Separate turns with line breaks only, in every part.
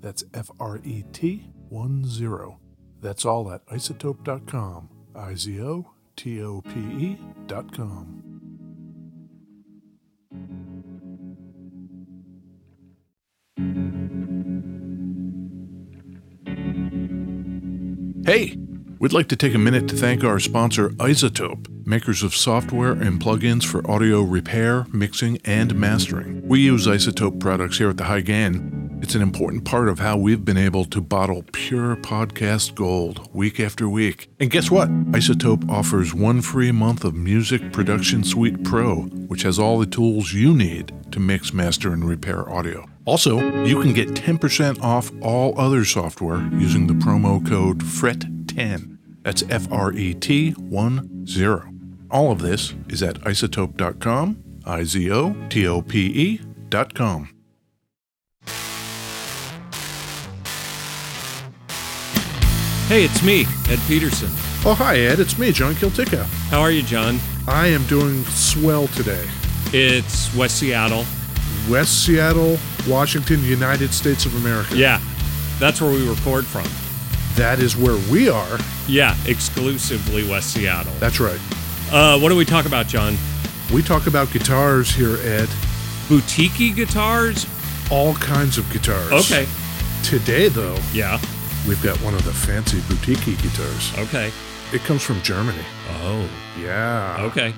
That's F R E T 1 0. That's all at isotope.com. I Z O T O P E dot com. Hey! We'd like to take a minute to thank our sponsor, Isotope, makers of software and plugins for audio repair, mixing, and mastering. We use Isotope products here at the High Gain. It's an important part of how we've been able to bottle pure podcast gold week after week. And guess what? Isotope offers one free month of Music Production Suite Pro, which has all the tools you need to mix, master, and repair audio. Also, you can get 10% off all other software using the promo code FRET10. That's F R E T 1 0. All of this is at isotope.com, I Z O T O P E dot com.
Hey, it's me, Ed Peterson.
Oh, hi, Ed. It's me, John Kiltica.
How are you, John?
I am doing swell today.
It's West Seattle.
West Seattle, Washington, United States of America.
Yeah, that's where we record from.
That is where we are.
Yeah, exclusively West Seattle.
That's right.
Uh, what do we talk about, John?
We talk about guitars here, Ed.
Boutique guitars?
All kinds of guitars.
Okay.
Today, though,
Yeah.
we've got one of the fancy boutique guitars.
Okay.
It comes from Germany.
Oh.
Yeah.
Okay.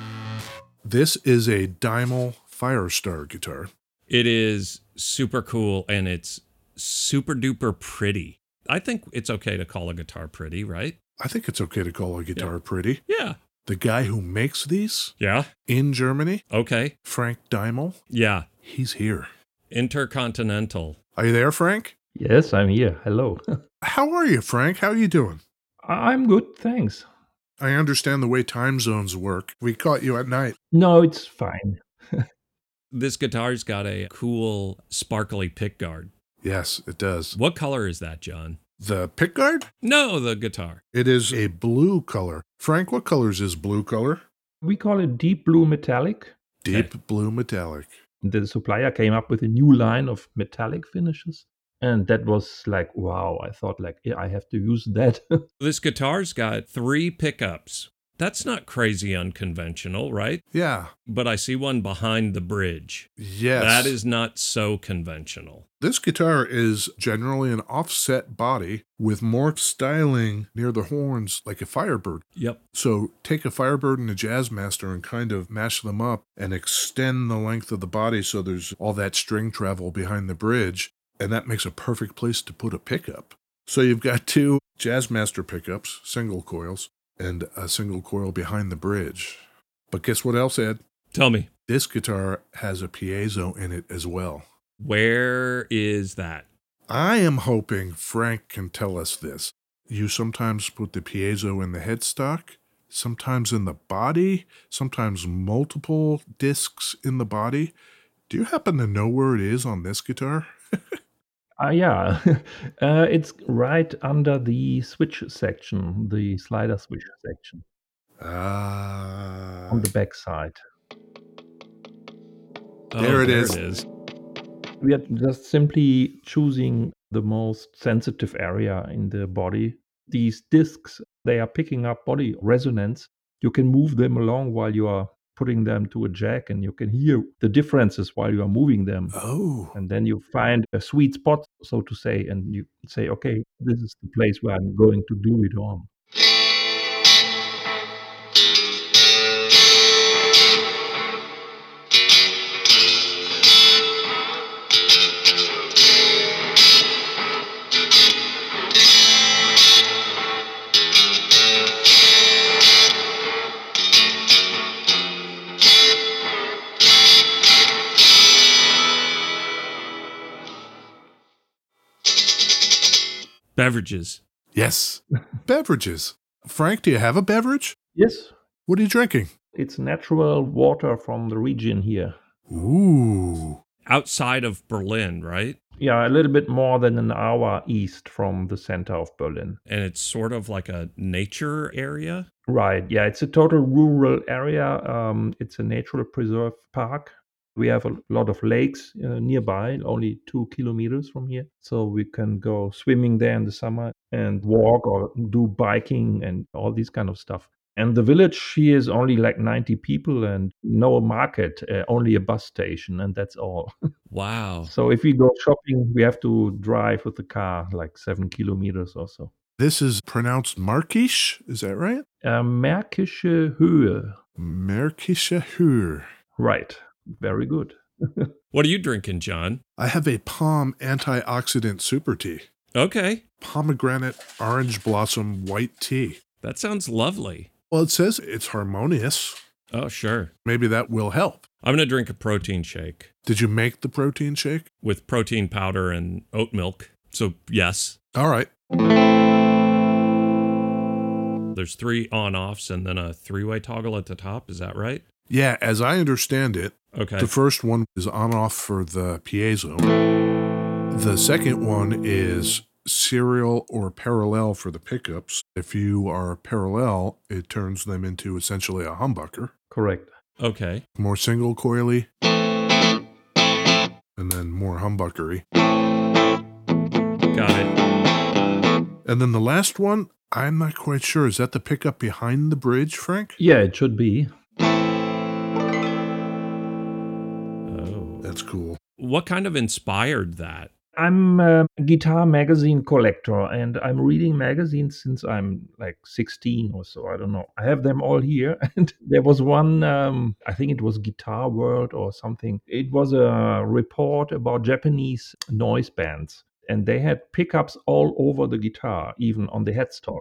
This is a Dymal Firestar guitar.
It is super cool and it's super duper pretty. I think it's okay to call a guitar pretty, right?
I think it's okay to call a guitar pretty.
Yeah.
The guy who makes these
Yeah.
in Germany,
Okay.
Frank Dymal,
Yeah.
he's here.
Intercontinental.
Are you there, Frank?
Yes, I'm here. Hello.
How are you, Frank? How are you doing?
I- I'm good, thanks.
I understand the way time zones work. We caught you at night.
No, it's fine.
This guitar's got a cool, sparkly pickguard.
Yes, it does.
What color is that, John?
The pickguard?
No, the guitar.
It is a blue color. Frank, what color is this blue color?
We call it deep blue metallic.
Deep blue metallic.
The supplier came up with a new line of metallic finishes. And that was like, wow, I thought like, yeah, I have to use that.
This guitar's got three pickups. That's not crazy unconventional, right?
Yeah.
But I see one behind the bridge.
Yes.
That is not so conventional.
This guitar is generally an offset body with more styling near the horns like a Firebird.
Yep.
So take a Firebird and a Jazzmaster and kind of mash them up and extend the length of the body so there's all that string travel behind the bridge. And that makes a perfect place to put a pickup. So you've got two Jazzmaster pickups, single coils, and a single coil behind the bridge. But guess what else, Ed?
Tell me,
This guitar has a piezo in it as well.
where is that?
I am hoping Frank can tell us this. You sometimes put the piezo in the headstock, sometimes in the body, sometimes multiple discs in the body. Do you happen to know where it is on this guitar?
Uh, yeah, uh, it's right under the switch section, the slider switch section
Ah.
on the back side.
There it
Oh, there
is.
It is.
We are just simply choosing the most sensitive area in the body. These discs, they are picking up body resonance. You can move them along while you are putting them to a jack, and you can hear the differences while you are moving them.
Oh.
And then you find a sweet spot, so to say, and you say, okay, this is the place where I'm going to do it on.
Beverages.
Yes. Beverages. Frank, do you have a beverage?
Yes,
What are you drinking?
it's natural water from the region here.
Ooh.
Outside of Berlin, right?
Yeah, a little bit more than an hour east from the center of Berlin.
And it's sort of like a nature area.
Right. Yeah, it's a total rural area. Um, it's a natural preserve park. We have a lot of lakes uh, nearby, only two kilometers from here. So we can go swimming there in the summer and walk or do biking and all these kind of stuff. And the village here is only like 90 people and no market, uh, only a bus station, and that's all.
Wow.
So if we go shopping, we have to drive with the car like seven kilometers or so.
This is pronounced Markish, is that right?
Uh, Märkische Höhe.
Merkische Hür.
Right. Very good.
What are you drinking, John?
I have a palm antioxidant super tea.
Okay.
Pomegranate orange blossom white tea.
That sounds lovely.
Well, it says it's harmonious.
Oh, sure.
Maybe that will help.
I'm going to drink a protein shake
Did you make the protein shake?
with protein powder and oat milk. So, yes,
All right.
there's three on offs and then a three way toggle at the top. Is that right?
Yeah, as I understand it,
Okay.
the first one is on off for the piezo. The second one is serial or parallel for the pickups. If you are parallel, it turns them into essentially a humbucker.
Correct.
Okay.
More single coily, and then more humbuckery.
Got it.
And then the last one, I'm not quite sure. Is that the pickup behind the bridge, Frank?
Yeah, it should be.
Oh.
That's cool.
What kind of inspired that?
I'm a guitar magazine collector and I'm reading magazines since I'm like 16 or so. I don't know. I have them all here. And there was one, um, I think it was Guitar World or something. It was a report about Japanese noise bands. And they had pickups all over the guitar, even on the headstock.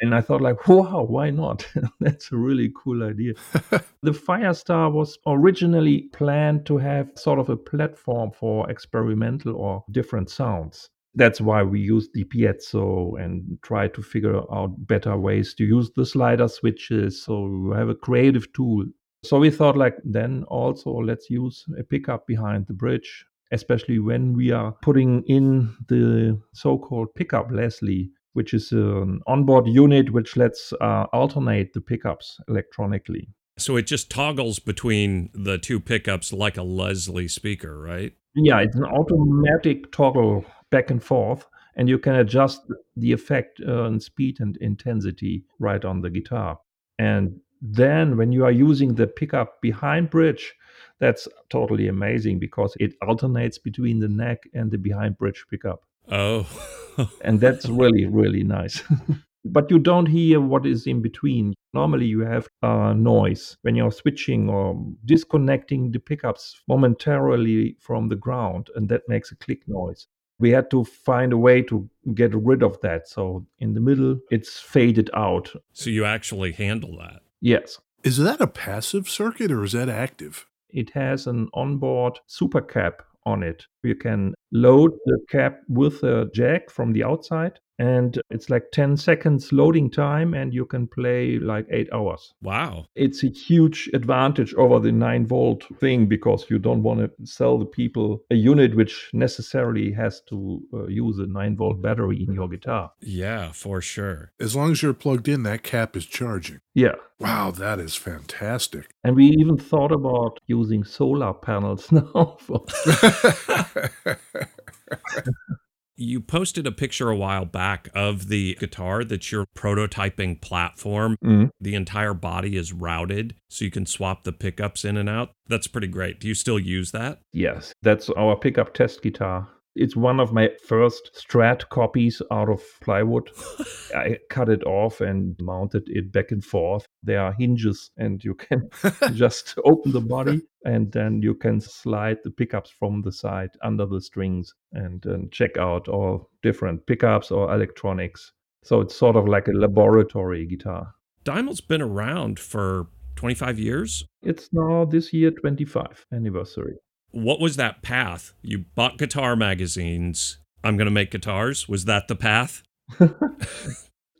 and I thought, like, wow, why not? That's a really cool idea. The Firestar was originally planned to have sort of a platform for experimental or different sounds. That's why we used the piezo and try to figure out better ways to use the slider switches so you have a creative tool. So we thought like then also let's use a pickup behind the bridge, especially when we are putting in the so-called pickup Leslie, which is an onboard unit which lets uh, alternate the pickups electronically.
So it just toggles between the two pickups like a Leslie speaker, right?
Yeah, it's an automatic toggle back and forth, and you can adjust the effect uh, and speed and intensity right on the guitar. And then when you are using the pickup behind bridge, that's totally amazing because it alternates between the neck and the behind bridge pickup.
Oh.
And that's really, really nice. but you don't hear what is in between. Normally, you have uh, noise when you're switching or disconnecting the pickups momentarily from the ground, and that makes a click noise. We had to find a way to get rid of that. So in the middle, it's faded out.
so you actually handle that.
Yes,
Is that a passive circuit or is that active?
it has an onboard super cap on it. You can load the cap with a jack from the outside and it's like 10 seconds loading time and you can play like 8 hours
Wow.
it's a huge advantage over the 9 volt thing because you don't want to sell the people a unit which necessarily has to uh, use a 9 volt battery in your guitar
Yeah, for sure.
As long as you're plugged in, that cap is charging.
yeah
Wow, that is fantastic.
and we even thought about using solar panels now for
You posted a picture a while back of the guitar that's your prototyping platform. The entire body is routed so you can swap the pickups in and out. That's pretty great. Do you still use that?
Yes, that's our pickup test guitar. It's one of my first Strat copies out of plywood. I cut it off and mounted it back and forth. There are hinges, and you can just open the body, and then you can slide the pickups from the side under the strings and, and check out all different pickups or electronics. So it's sort of like a laboratory guitar.
Dymal's been around for 25 years.
It's now this year 25 anniversary.
What was that path? You bought guitar magazines. I'm going to make guitars. Was that the path?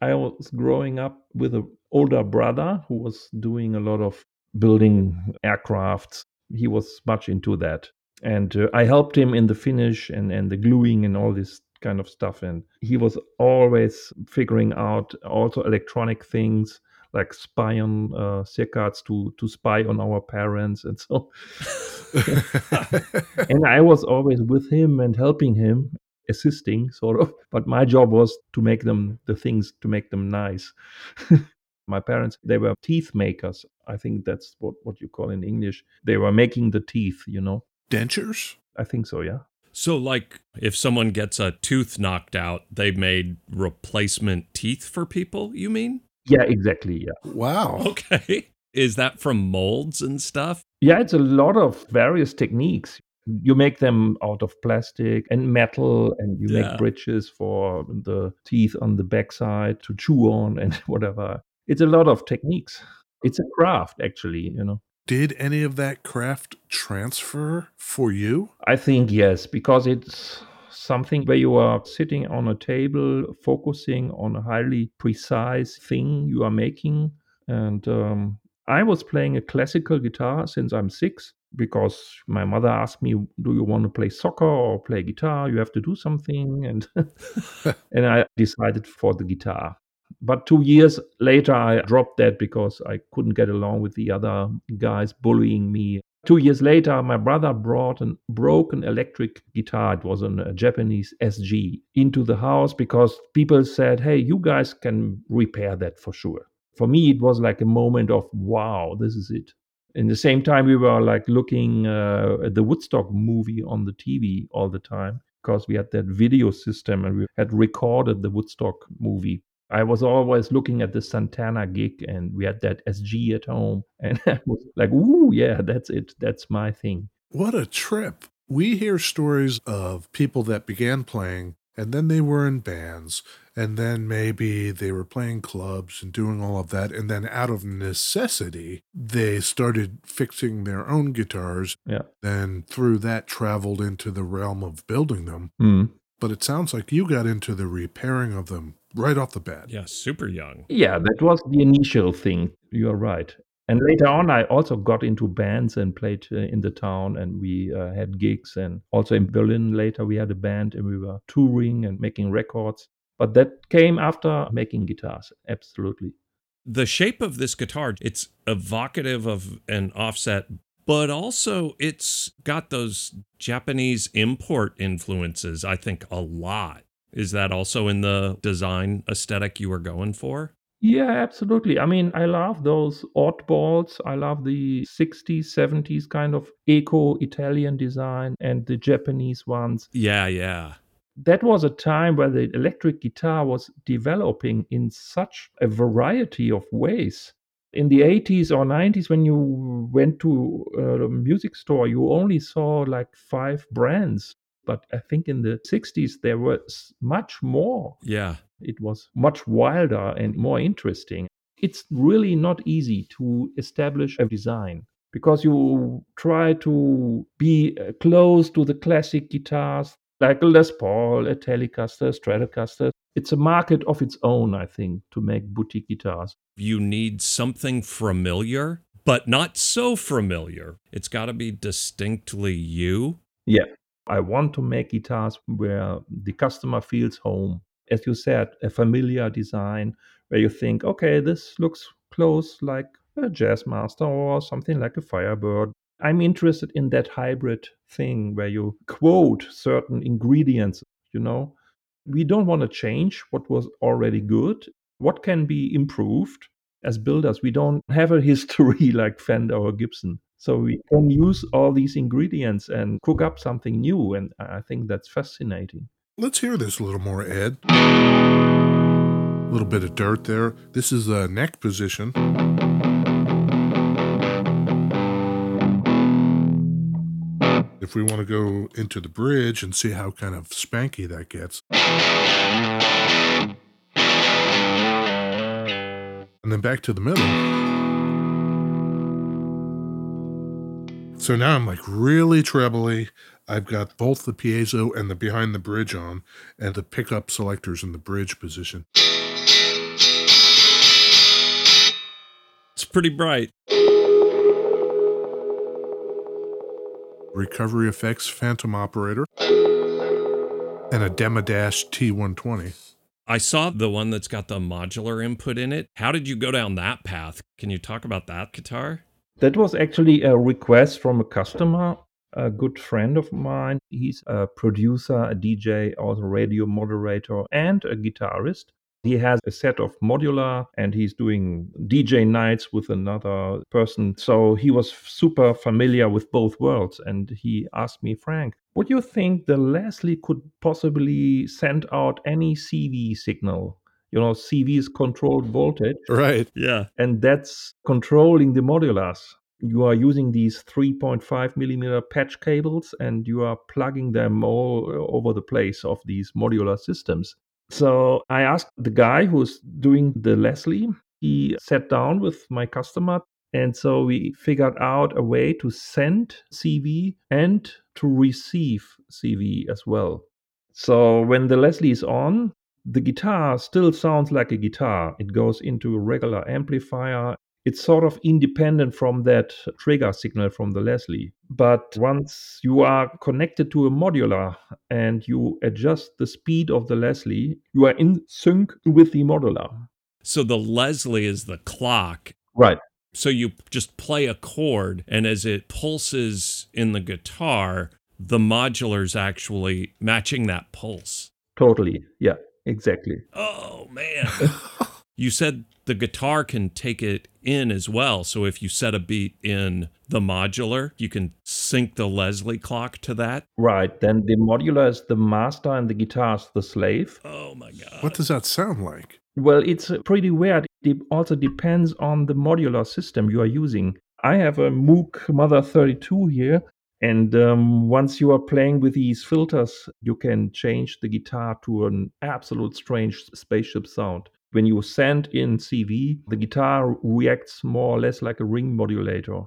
I was growing up with an older brother who was doing a lot of building aircrafts. He was much into that. And uh, I helped him in the finish and, and the gluing and all this kind of stuff. And he was always figuring out also electronic things like spy on uh, circuits to, to spy on our parents and so. and I was always with him and helping him assisting sort of but my job was to make them the things to make them nice my parents they were teeth makers i think that's what, what you call in english they were making the teeth you know
Dentures?
i think so yeah
So, like, if someone gets a tooth knocked out, they made replacement teeth for people, you mean?
yeah exactly yeah
Wow.
Okay. Is that from molds and stuff?
yeah it's a lot of various techniques you make them out of plastic and metal and you
Yeah.
make bridges for the teeth on the backside to chew on and whatever it's a lot of techniques it's a craft actually you know
Did any of that craft transfer for you?
I think yes, because it's something where you are sitting on a table, focusing on a highly precise thing you are making. And um, I was playing a classical guitar since I'm six because my mother asked me, "Do you want to play soccer or play guitar? You have to do something." And and I decided for the guitar. But two years later, I dropped that because I couldn't get along with the other guys bullying me. Two years later, my brother brought a broken electric guitar. It was an, a Japanese SG into the house because people said, Hey, you guys can repair that for sure. For me, it was like a moment of, Wow, this is it. In the same time, we were like looking uh, at the Woodstock movie on the TV all the time because we had that video system and we had recorded the Woodstock movie. I was always looking at the Santana gig and we had that SG at home. And I was like, ooh, yeah, that's it. That's my thing.
What a trip. We hear stories of people that began playing and then they were in bands and then maybe they were playing clubs and doing all of that and then out of necessity they started fixing their own guitars.
Yeah.
Then through that traveled into the realm of building them. But it sounds like you got into the repairing of them right off the bat.
Yeah, super young.
Yeah, that was the initial thing. You're right. And later on, I also got into bands and played uh, in the town, and we uh, had gigs. And also in Berlin later, we had a band and we were touring and making records. But that came after making guitars, absolutely.
The shape of this guitar, it's evocative of an offset, but also it's got those Japanese import influences, I think, a lot. Is that also in the design aesthetic you were going for?
Yeah, absolutely. I mean, I love those oddballs. I love the 60s, 70s kind of eco Italian design and the Japanese ones.
Yeah, yeah.
That was a time where the electric guitar was developing in such a variety of ways. In the 80s or 90s, when you went to uh, a music store, you only saw like five brands. But I think in the 60s, there were s- much more
Yeah.
it was much wilder and more interesting. It's really not easy to establish a design because you try to be uh, close to the classic guitars like a Les Paul, a Telecaster, Stratocaster. it's a market of its own, I think, to make boutique guitars.
You need something familiar, but not so familiar. It's got to be distinctly you.
Yeah. I want to make guitars where the customer feels home. As you said, a familiar design where you think, okay, this looks close like a Jazz Master or something like a Firebird. I'm interested in that hybrid thing where you quote certain ingredients, you know. We don't want to change what was already good. What can be improved? As builders, we don't have a history like Fender or Gibson. So we can use all these ingredients and cook up something new. And I think that's fascinating.
Let's hear this a little more, Ed. A little bit of dirt there. This is a neck position. If we want to go into the bridge and see how kind of spanky that gets. And then back to the middle. So now I'm like really trebly. I've got both the piezo and the behind the bridge on, and the pickup selectors in the bridge position.
It's pretty bright.
Recovery Effects Phantom Operator, and a Demodash T120.
I saw the one that's got the modular input in it. How did you go down that path? Can you talk about that guitar?
That was actually a request from a customer, a good friend of mine. He's a producer, a DJ, also radio moderator, and a guitarist. He has a set of modular and he's doing DJ nights with another person. So he was super familiar with both worlds. And he asked me, Frank, would you think the Leslie could possibly send out any CV signal? You know, CV is controlled voltage
Right.
Yeah.
and that's controlling the modulars. You are using these 3.5 millimeter patch cables and you are plugging them all over the place of these modular systems. So I asked the guy who's doing the Leslie, he sat down with my customer, and so we figured out a way to send CV and to receive CV as well. So when the Leslie is on, the guitar still sounds like a guitar. It goes into a regular amplifier. It's sort of independent from that trigger signal from the Leslie. But once you are connected to a modular and you adjust the speed of the Leslie, you are in sync with the modular.
So the Leslie is the clock.
Right.
So you just play a chord, and as it pulses in the guitar, the modular's actually matching that pulse.
Totally. Yeah, exactly.
Oh, man. you said the guitar can take it in as well. So if you set a beat in the modular, you can sync the Leslie clock to that.
Right. Then the modular is the master and the guitar is the slave.
Oh, my God.
What does that sound like?
Well, it's uh, pretty weird. It also depends on the modular system you are using. I have a Moog Mother 32 here, and um, once you are playing with these filters, you can change the guitar to an absolute strange spaceship sound. When you send in CV, the guitar reacts more or less like a ring modulator.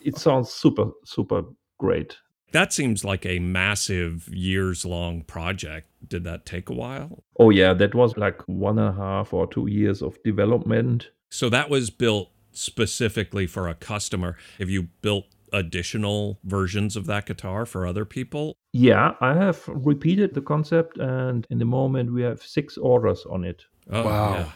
It sounds super, super great.
That seems like a massive years long project. Did that take a while?
Oh, yeah, that was like one and a half or two years of development.
So that was built specifically for a customer. Have you built additional versions of that guitar for other people?
Yeah, I have repeated the concept, and in the moment we have six orders on it.
Oh,
Wow.
yeah.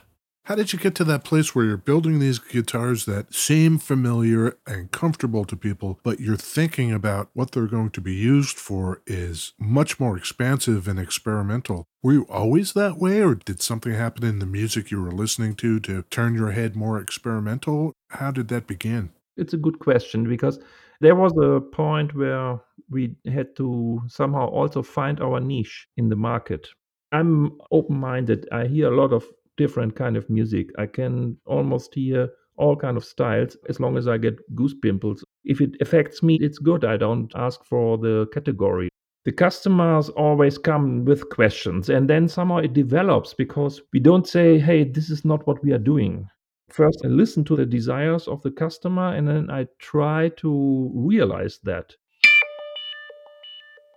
How did you get to that place where you're building these guitars that seem familiar and comfortable to people, but you're thinking about what they're going to be used for is much more expansive and experimental? Were you always that way, or did something happen in the music you were listening to to turn your head more experimental? How did that begin?
It's a good question because there was a point where we had to somehow also find our niche in the market. I'm open-minded. I hear a lot of different kind of music. I can almost hear all kind of styles as long as I get goose pimples. If it affects me, it's good. I don't ask for the category. The customers always come with questions and then somehow it develops because we don't say, "Hey, this is not what we are doing." first I listen to the desires of the customer and then I try to realize that.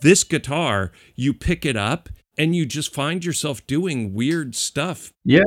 This guitar, you pick it up and you just find yourself doing weird stuff.
Yes.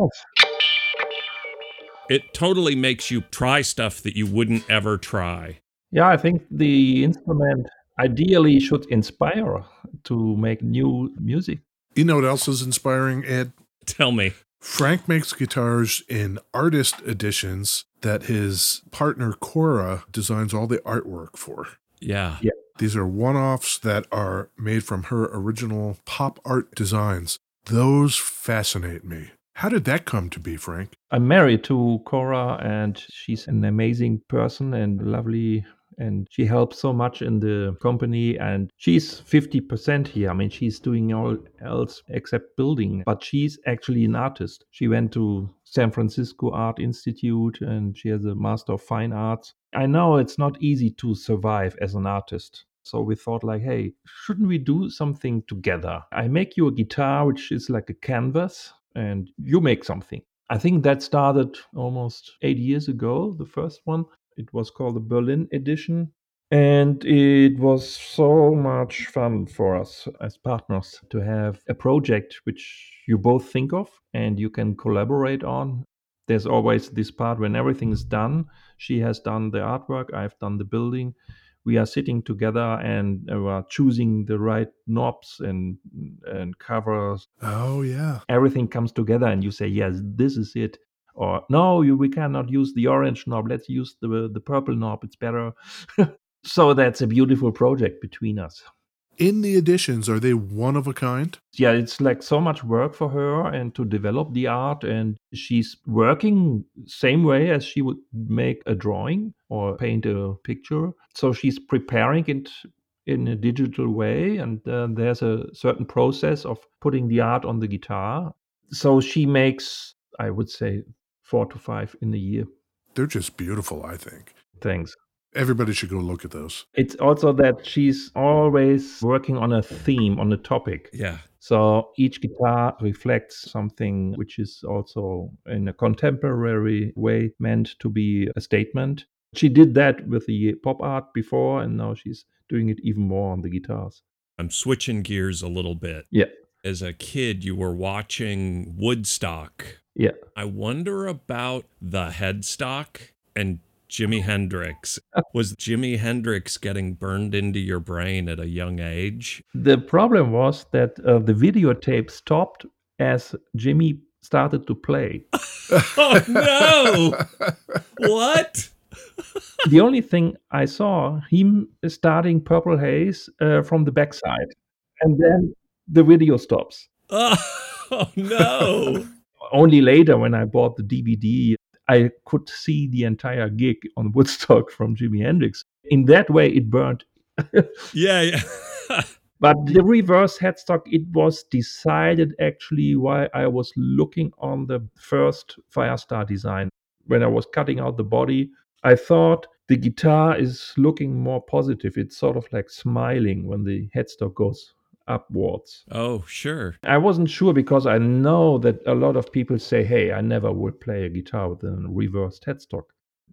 It totally makes you try stuff that you wouldn't ever try.
Yeah, I think the instrument ideally should inspire to make new music.
You know what else is inspiring, Ed?
Tell me.
Frank makes guitars in artist editions that his partner Cora designs all the artwork for.
Yeah.
Yeah.
These are one offs that are made from her original pop art designs. Those fascinate me. How did that come to be, Frank?
I'm married to Cora, and she's an amazing person and lovely. And she helps so much in the company, and she's 50% here. I mean, she's doing all else except building, but she's actually an artist. She went to San Francisco Art Institute and she has a Master of Fine Arts. I know it's not easy to survive as an artist. So we thought, like, hey, shouldn't we do something together? I make you a guitar, which is like a canvas, and you make something. I think that started almost eight years ago, the first one. It was called the Berlin Edition. And it was so much fun for us as partners to have a project which you both think of and you can collaborate on. There's always this part when everything is done. She has done the artwork, I've done the building. We are sitting together and uh, we are choosing the right knobs and and covers
Oh, yeah.
everything comes together and you say yes this is it or no you, we cannot use the orange knob let's use the the purple knob it's better so that's a beautiful project between us
In the editions, are they one of a kind?
yeah it's like so much work for her and to develop the art and she's working same way as she would make a drawing or paint a picture so she's preparing it in a digital way and uh, there's a certain process of putting the art on the guitar so she makes i would say four to five in a year
They're just beautiful, I think.
thanks
Everybody should go look at those.
it's also that she's always working on a theme on a topic
Yeah.
So each guitar reflects something which is also in a contemporary way meant to be a statement. She did that with the pop art before, and now she's doing it even more on the guitars.
I'm switching gears a little bit.
Yeah.
As a kid, you were watching Woodstock.
Yeah.
I wonder about the headstock and Jimi Hendrix. Was Jimi Hendrix getting burned into your brain at a young age?
The problem was that uh, the videotape stopped as Jimmy started to play.
Oh, no! What?
the only thing I saw him starting Purple Haze uh, from the backside, and then the video stops.
Oh, no.
only later when I bought the DVD, I could see the entire gig on Woodstock from Jimi Hendrix. In that way, it burned.
Yeah. yeah.
But the reverse headstock, it was decided actually while I was looking on the first Firestar design. When I was cutting out the body, I thought the guitar is looking more positive. It's sort of like smiling when the headstock goes upwards.
oh, sure.
I wasn't sure because I know that a lot of people say, hey, I never would play a guitar with a reversed headstock.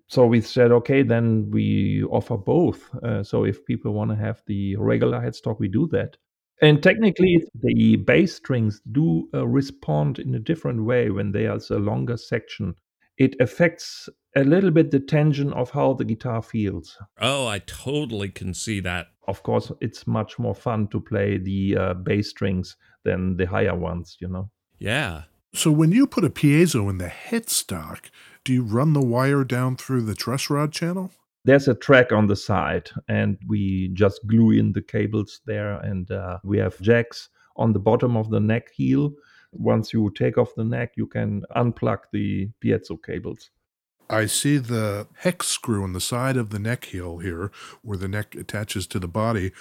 So we said, okay, then we offer both. Uh, so if people want to have the regular headstock, we do that. And technically, the bass strings do uh, respond in a different way when there's a longer section. It affects a little bit the tension of how the guitar feels
Oh, I totally can see that.
of course it's much more fun to play the uh, bass strings than the higher ones you know
Yeah.
So, when you put a piezo in the headstock, do you run the wire down through the truss rod channel?
there's a track on the side and we just glue in the cables there and uh, we have jacks on the bottom of the neck heel once you take off the neck you can unplug the piezo cables
I see the hex screw on the side of the neck heel here, where the neck attaches to the body.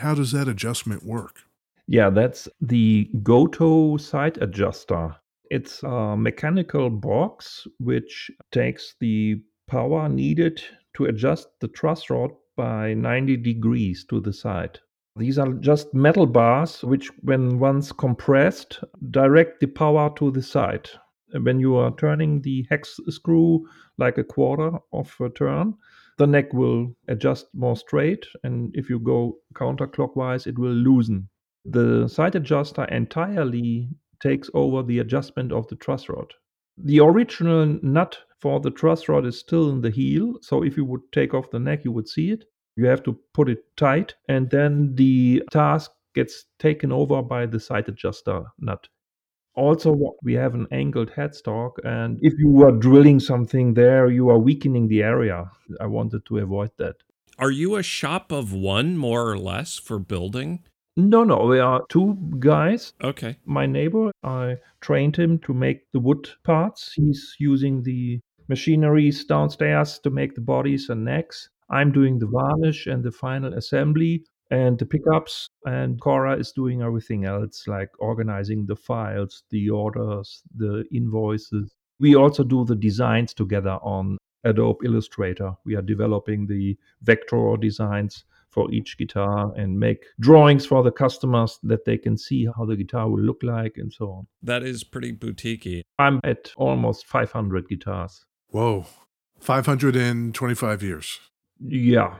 How does that adjustment work?
yeah that's the goto side adjuster it's a mechanical box which takes the power needed to adjust the truss rod by 90 degrees to the side. These are just metal bars which, when once compressed, direct the power to the side. When you are turning the hex screw like a quarter of a turn, the neck will adjust more straight, and if you go counterclockwise, it will loosen. The side adjuster entirely takes over the adjustment of the truss rod. The original nut for the truss rod is still in the heel, so if you would take off the neck, you would see it. You have to put it tight, and then the task gets taken over by the side adjuster nut. Also, we have an angled headstock, and if you are drilling something there, you are weakening the area. I wanted to avoid that.
Are you a shop of one, more or less, for building?
No, no, we are two guys.
Okay.
My neighbor, I trained him to make the wood parts. He's using the machineries downstairs to make the bodies and necks. I'm doing the varnish and the final assembly and the pickups and Cora is doing everything else like organizing the files, the orders, the invoices. We also do the designs together on Adobe Illustrator. We are developing the vector designs for each guitar and make drawings for the customers that they can see how the guitar will look like and so on.
That is pretty boutiquey.
I'm at almost 500 guitars.
Whoa. 525 years.
Yeah. Mm,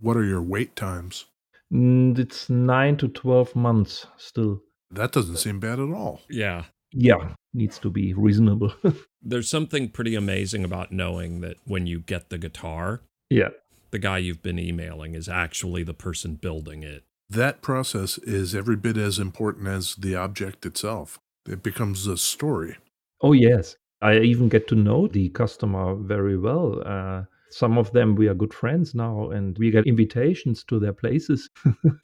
What are your wait times?
It's nine to 12 months still.
That doesn't seem bad at all.
Yeah.
Yeah, needs to be reasonable.
There's something pretty amazing about knowing that when you get the guitar,
yeah.
the guy you've been emailing is actually the person building it.
That process is every bit as important as the object itself. It becomes a story.
Oh, yes. I even get to know the customer very well. Uh, some of them we are good friends now and we get invitations to their places.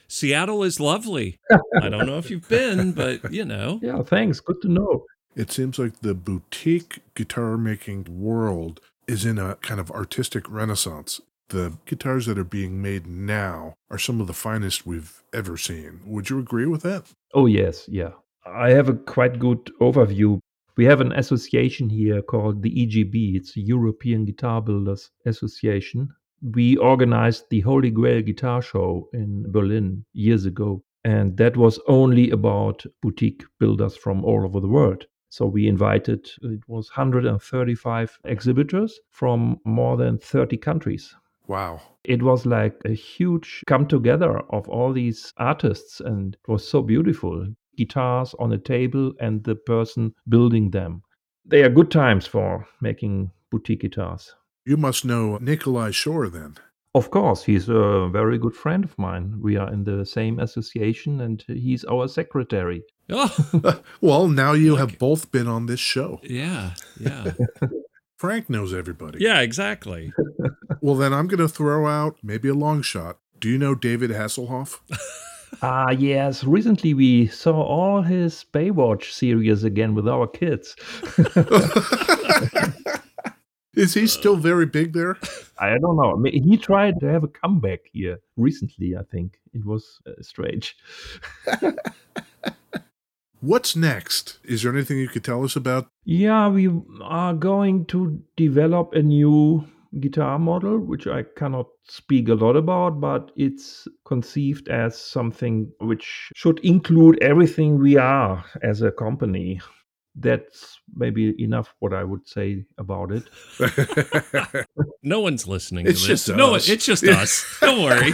Seattle is lovely. I don't know if you've been, but you know.
Yeah, thanks. Good to know.
It seems like the boutique guitar making world is in a kind of artistic renaissance. The guitars that are being made now are some of the finest we've ever seen. Would you agree with that?
Oh, yes. Yeah. I have a quite good overview we have an association here called the EGB, it's the European Guitar Builders Association. We organized the Holy Grail Guitar Show in Berlin years ago, and that was only about boutique builders from all over the world. So we invited, it was 135 exhibitors from more than 30 countries.
Wow.
It was like a huge come together of all these artists, and it was so beautiful guitars on a table and the person building them. They are good times for making boutique guitars.
You must know Nikolai Shore then.
Of course, he's a very good friend of mine. We are in the same association and he's our secretary.
Oh.
well, now you have both been on this show.
Yeah, yeah.
Frank knows everybody.
Yeah, exactly.
well, then I'm going to throw out maybe a long shot. Do you know David Hasselhoff?
Ah, uh, yes. Recently, we saw all his Baywatch series again with our kids.
Is he still very big there?
I don't know. He tried to have a comeback here recently, I think. It was uh, strange.
What's next? Is there anything you could tell us about?
Yeah, we are going to develop a new guitar model, which I cannot speak a lot about, but it's conceived as something which should include everything we are as a company. That's maybe enough what I would say about it.
no one's listening
it's
to
this.
Just no,
us.
it's just us. Don't worry.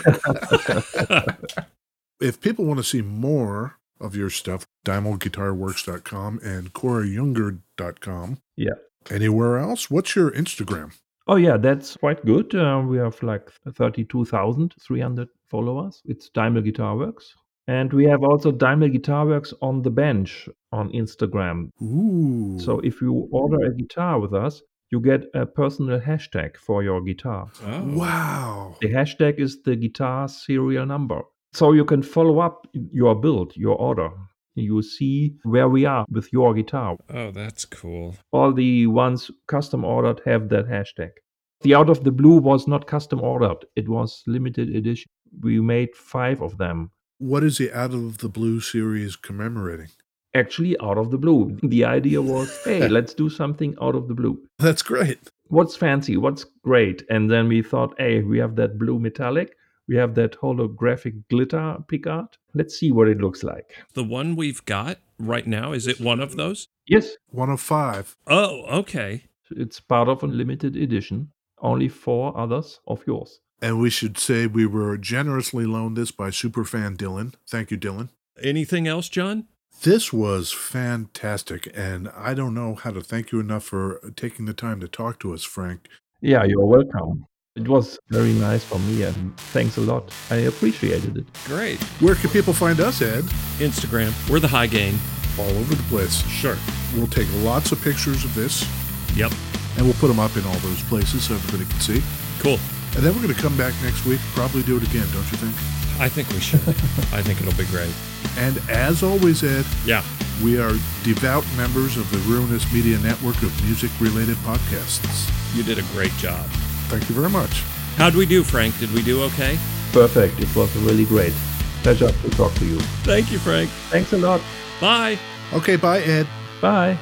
if people want to see more of your stuff, dimalguitarworks.com and corayunger.com.
Yeah.
Anywhere else? What's your Instagram?
Oh yeah, that's quite good. Uh, we have like 32,300 followers. It's Daimler Guitar Works. And we have also Daimler Guitar Works on the bench on Instagram.
Ooh.
So if you order a guitar with us, you get a personal hashtag for your guitar.
Oh.
Wow.
The hashtag is the guitar serial number. So you can follow up your build, your order. You see where we are with your guitar
Oh, that's cool.
all the ones custom ordered have that hashtag. The Out of the Blue was not custom ordered, it was limited edition. We made five of them.
What is the Out of the Blue series commemorating?
Actually, out of the blue. The idea was hey, let's do something out of the blue.
That's great.
What's fancy? What's great? And then we thought, hey, we have that blue metallic, we have that holographic glitter pickguard. Let's see what it looks like.
The one we've got right now, is it one of those?
Yes,
One of five.
Oh, okay.
it's part of a limited edition. Only four others of yours.
And we should say we were generously loaned this by superfan Dylan. Thank you, Dylan.
Anything else, John?
This was fantastic, and I don't know how to thank you enough for taking the time to talk to us, Frank.
Yeah, you're welcome. It was very nice for me, and thanks a lot. I appreciated it.
Great.
Where can people find us, Ed?
Instagram. We're the high gain.
All over the place.
Sure.
We'll take lots of pictures of this,
Yep.
and we'll put them up in all those places so everybody can see.
Cool.
And then we're going to come back next week, probably do it again, don't you think?
I think we should. I think it'll be great.
And as always, Ed,
Yeah.
we are devout members of the Ruinous Media Network of music related podcasts.
You did a great job.
Thank you very much.
How'd we do, Frank? Did we do okay?
Perfect. It was really great. Pleasure to talk to you.
Thank you, Frank.
Thanks a lot.
Bye.
Okay, bye, Ed.
Bye.